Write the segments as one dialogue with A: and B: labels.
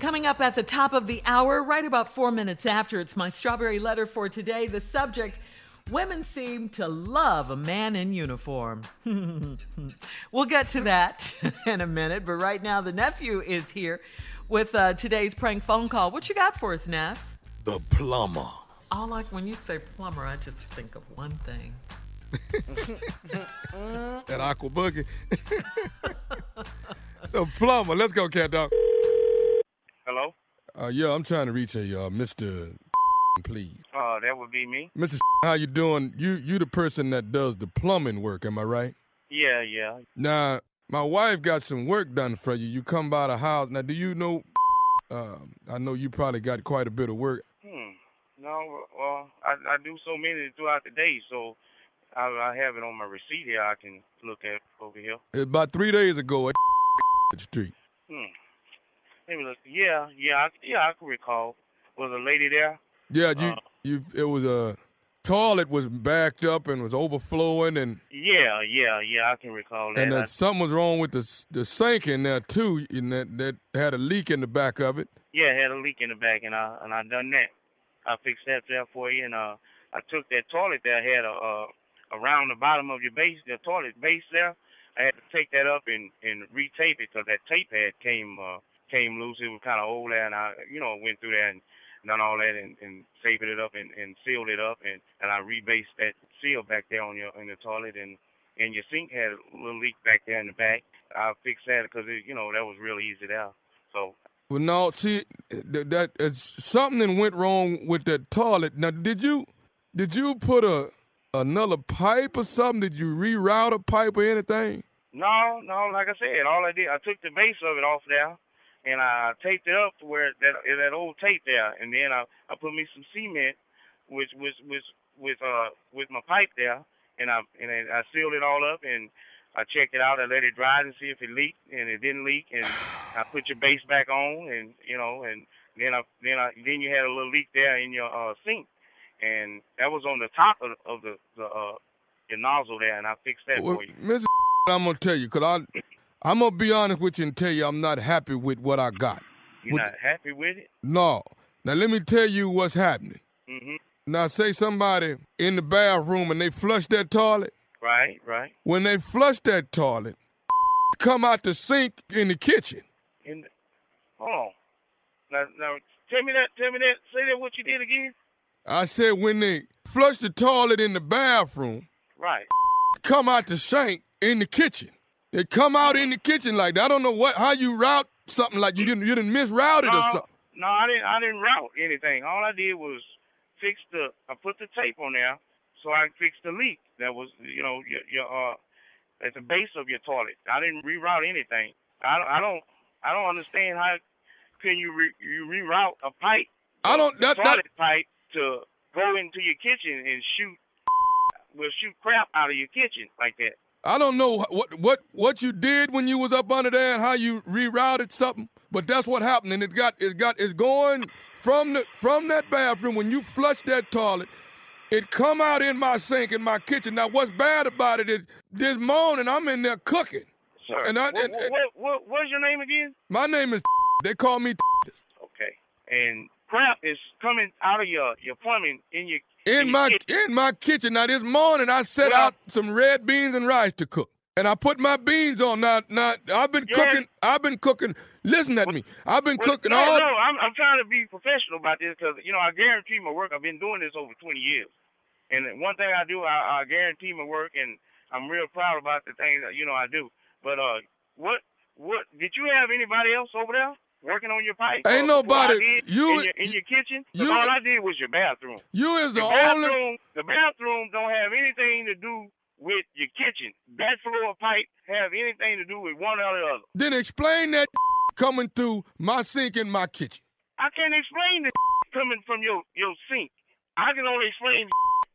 A: Coming up at the top of the hour, right about four minutes after, it's my strawberry letter for today. The subject Women seem to love a man in uniform. we'll get to that in a minute, but right now the nephew is here with uh, today's prank phone call. What you got for us, Neff?
B: The plumber.
A: I like when you say plumber, I just think of one thing.
B: That aqua boogie. the plumber. Let's go, cat dog.
C: Hello?
B: Uh, yeah, I'm trying to reach a uh, Mr. Please,
C: Uh, that would be me.
B: Mr. How you doing? You you the person that does the plumbing work, am I right?
C: Yeah, yeah.
B: Now my wife got some work done for you. You come by the house. Now do you know? Um, I know you probably got quite a bit of work.
C: Hmm. No, well, I, I do so many throughout the day, so I, I have it on my receipt here. I can look at over here.
B: About three days ago at Street.
C: Hmm. They was like, yeah, yeah, I, yeah. I can recall. Was a lady there?
B: Yeah, you
C: Uh.
B: you it was a toilet was backed up and was overflowing and
C: Yeah, yeah, yeah. I can recall that.
B: And
C: I-
B: that something was wrong with the s- the sink in there too, and that that had a leak in the back of it.
C: yeah, I had a leak in the back, and I and I done that. I fixed that there for you, and uh, I took that toilet that had a uh, around the bottom of your base, the toilet base there. I had to take that up and and retape it because that tape had came uh came loose. It was kind of old there, and I you know went through there and done all that and and taped it up and and sealed it up, and and I rebased that seal back there on your in the toilet and. And your sink had a little leak back there in the back. I fixed that because, you know, that was real easy there. So
B: Well, no, see, that, that is something that went wrong with that toilet. Now, did you did you put a another pipe or something? Did you reroute a pipe or anything?
C: No, no. Like I said, all I did, I took the base of it off there, and I taped it up to where that that old tape there, and then I I put me some cement, which was was with uh with my pipe there, and I and then I sealed it all up and. I checked it out. I let it dry to see if it leaked, and it didn't leak. And I put your base back on, and you know, and then I then I then you had a little leak there in your uh, sink, and that was on the top of, of the the uh, your nozzle there, and I fixed that
B: Well,
C: for you.
B: Mrs. I'm gonna tell you, cause I I'm gonna be honest with you and tell you I'm not happy with what I got.
C: You're
B: Would-
C: not happy with it?
B: No. Now let me tell you what's happening.
C: hmm
B: Now say somebody in the bathroom and they flushed that toilet.
C: Right, right.
B: when they flush that toilet, come out the sink in the kitchen.
C: And hold on. Now, now, tell me that. Tell me that. Say that. What you did again?
B: I said when they flush the toilet in the bathroom,
C: Right.
B: come out the sink in the kitchen. They come out in the kitchen like that. I don't know what how you route something like you didn't you didn't misroute it or
C: No,
B: something.
C: no, I didn't. I didn't route anything. All I did was fix the. I put the tape on there, so I fixed the leak that was, you know, your, your uh, at the base of your toilet. I didn't reroute anything. I don't. I don't. I don't understand how can you re, you reroute a pipe
B: I don't that, that
C: toilet pipe to go into your kitchen and shoot will shoot crap out of your kitchen like that.
B: I don't know what what what you did when you was up under there and how you rerouted something, but that's what happened and it got it got it's going from the from that bathroom when you flush that toilet, it come out in my sink in my kitchen. Now what's bad about it is this morning I'm in there cooking.
C: Sir,
B: And I-
C: what,
B: and-
C: what, what, what what's your name again?
B: My name is they call me
C: Okay. And crap is coming out of your your plumbing in your
B: in
C: your
B: my
C: kitchen.
B: in my kitchen. Now this morning I set
C: Well-
B: out some red beans and rice to cook. And I put my beans on. Now, now I've been
C: Yeah.
B: cooking. I've been cooking. Listen at me. I've been
C: Well,
B: cooking
C: no,
B: all.
C: no, I'm I'm trying to be professional about this because you know I guarantee my work. I've been doing this over 20 years, and the one thing I do, I, I guarantee my work, and I'm real proud about the things that you know I do. But uh, what what did you have anybody else over there working on your pipe?
B: Ain't
C: Uh, before I
B: nobody-
C: did
B: you-
C: in your, in your kitchen. 'Cause
B: you-
C: all I did was your bathroom.
B: You is the,
C: The
B: only.
C: bathroom, the bathroom don't have anything to do with your kitchen. That floor pipe have anything to do with one or the other.
B: Then explain that coming through my sink in my kitchen.
C: I can't explain the coming from your, your sink. I can only explain the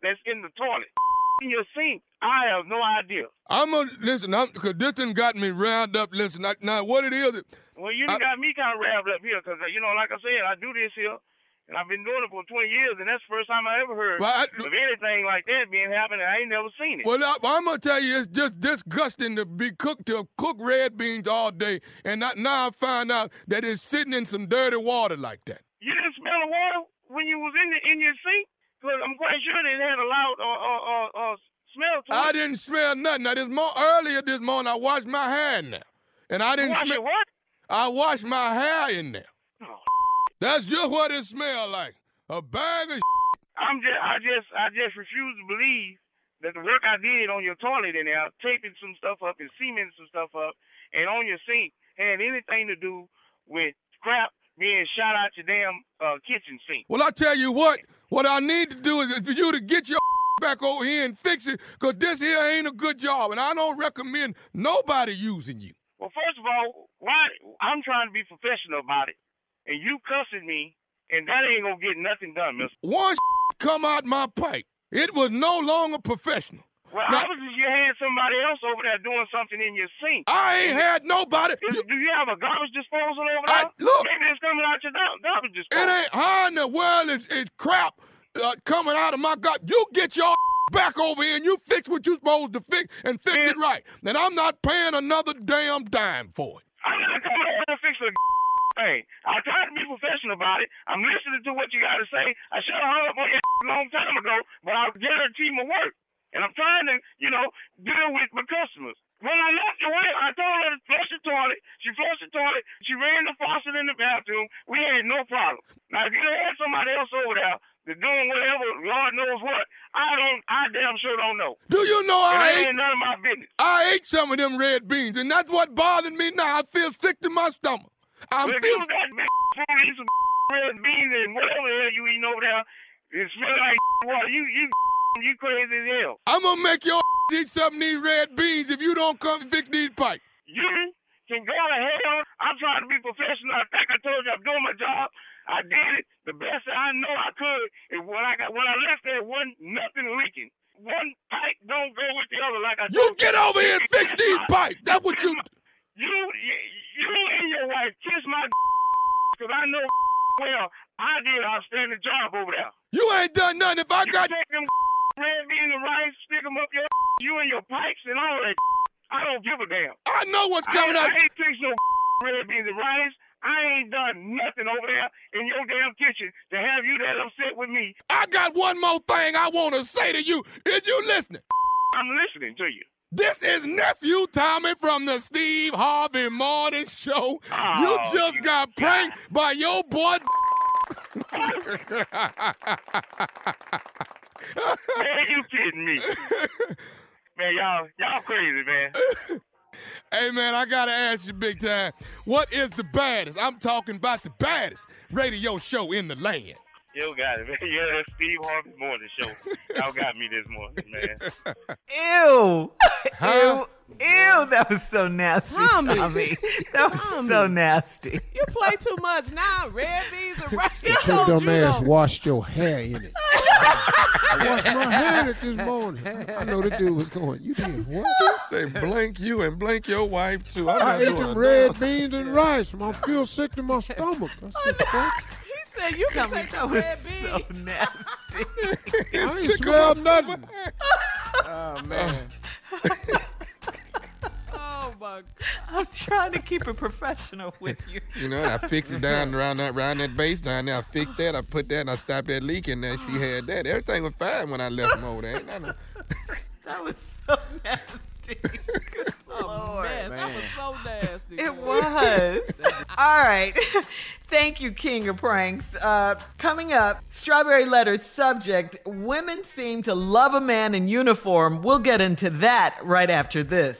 C: that's in the toilet. In your sink, I have no idea.
B: I'm gonna listen. I'm because this done got me round up. Listen, I, now what it is?
C: Well, you
B: I-
C: uh, got me kind of wrapped up here because, you know, like I said, I do this here, And I've been doing it for 20 years, and that's the first time I ever heard
B: Well, I-
C: of anything like that being happening. I ain't never seen it.
B: Well, I, am gonna tell you, it's just disgusting to be cooked to cook red beans all day, and not, now I find out that it's sitting in some dirty water like that.
C: You didn't smell the water when you was in the, in your seat? Because I'm quite sure that it had a loud uh, uh, uh, uh, smell to
B: I
C: it.
B: didn't smell nothing. Now this more earlier this morning, I washed my hair in there, and I didn't
C: Wash your
B: smell.
C: what?
B: I washed my hair in there.
C: Oh,
B: That's just what it smelled like. A bag of.
C: I'm just, I just, I just refuse to believe that the work I did on your toilet in there, taping some stuff up and cementing some stuff up, and on your sink had anything to do with crap being shot out your damn uh, kitchen sink.
B: Well, I tell you what. What I need to do is for you to get your back over here and fix it, cause this here ain't a good job, and I don't recommend nobody using you.
C: Well, first of all, why? I'm trying to be professional about it, and you cussing me, and that ain't gonna get nothing done, Mister.
B: One come out my pipe. It was no longer professional.
C: Well,
B: Now-
C: obviously you had somebody else over there doing something in your sink.
B: I ain't had nobody.
C: Is-
B: It
C: do you have a garbage disposal over
B: I-
C: there?
B: look.
C: maybe it's coming out your gar- garbage disposal.
B: ain't how in the world is, is crap uh, coming out of my gut. You get your back over here and you fix what you supposed to fix and fix it right. And I'm not paying another damn dime for it.
C: I'm not coming over there to fix the thing. I tried to be professional about it. I'm listening to what you got to say. I should have hung up on you a long time ago, but I guarantee my work. And I'm trying to, you know, deal with my customers. When I left the way, I told her to flush the toilet. She flushed the toilet. She ran the faucet in the bathroom. We had no problem. Now, if you had somebody else over there that's doing whatever, Lord knows what, I don't, I damn sure don't know.
B: Do you know
C: And
B: I
C: it
B: ate,
C: ain't none of my business.
B: I ate some of them red beans and that's what bothered me now. I feel sick to my stomach. I'm
C: If
B: feel,
C: you got food, eat some red beans and whatever the hell you eating over there, it smell like water. You you you crazy as hell.
B: I'm gonna make your eat some of these red beans if you don't come fix these pipes.
C: You can go to hell. I'm trying to be professional. I think I told you I'm doing my job. I did it the best that I know I could. And when I got when I left there, wasn't nothing leaking. One pipe don't go with the other like I
B: You
C: told
B: get over here and fix these pipes. That's what you.
C: You, you, you and your wife kiss my because I know well I did an outstanding job over there.
B: You ain't done nothing. If I
C: You
B: got
C: take them red beans and rice, stick them up your you and your pipes and all that. I don't give a damn.
B: I know what's coming
C: I,
B: out.
C: I ain't fixed no red beans and rice. I ain't done nothing over there in your damn kitchen to have you that upset with me.
B: I got one more thing I want to say to you. Is you listening?
C: I'm listening to you.
B: This is nephew Tommy from the Steve Harvey Morning Show. you
C: Oh,
B: just
C: you
B: got pranked by your boy.
C: Man, you kidding me. man, y'all y'all crazy, man.
B: hey man, I gotta ask you big time. What is the baddest? I'm talking about the baddest radio show in the land.
C: You got it, man. Yeah, that's Steve Harvey Morning Show. Y'all got me this morning, man.
A: Ew.
B: Huh?
A: Ew. Ew. That was so nasty, Tommy.
D: Tommy.
A: That was so nasty.
D: You play too much now. Red beans and rice.
E: Your
D: told
E: dumb
D: you
E: ass
D: though.
E: washed your hair in it. I washed my hair in it this morning. I know the dude was going, you did what?
B: Say blank you and blank your wife too. I'm
E: I
B: not
E: ate
B: doing
E: them
B: that.
E: red beans and rice. I feel sick to my stomach. I, said, "Fuck,
D: He said you can take the
A: That was
D: red
A: so
D: beans.
A: nasty.
E: I ain't smelled nothing.
D: Oh man. oh my god.
A: I'm trying to keep it professional with you.
F: You know, and I fixed it down around that around that base down there. I fixed that. I put that, and I stopped that leak, and then she had that. Everything was fine when I left them over there. Ain't nothing-
A: That was so nasty. Good Lord.
D: Yes, that was so nasty.
A: It
D: man.
A: was. All right. Thank you, King of Pranks. Uh, coming up, Strawberry Letter subject Women seem to love a man in uniform. We'll get into that right after this.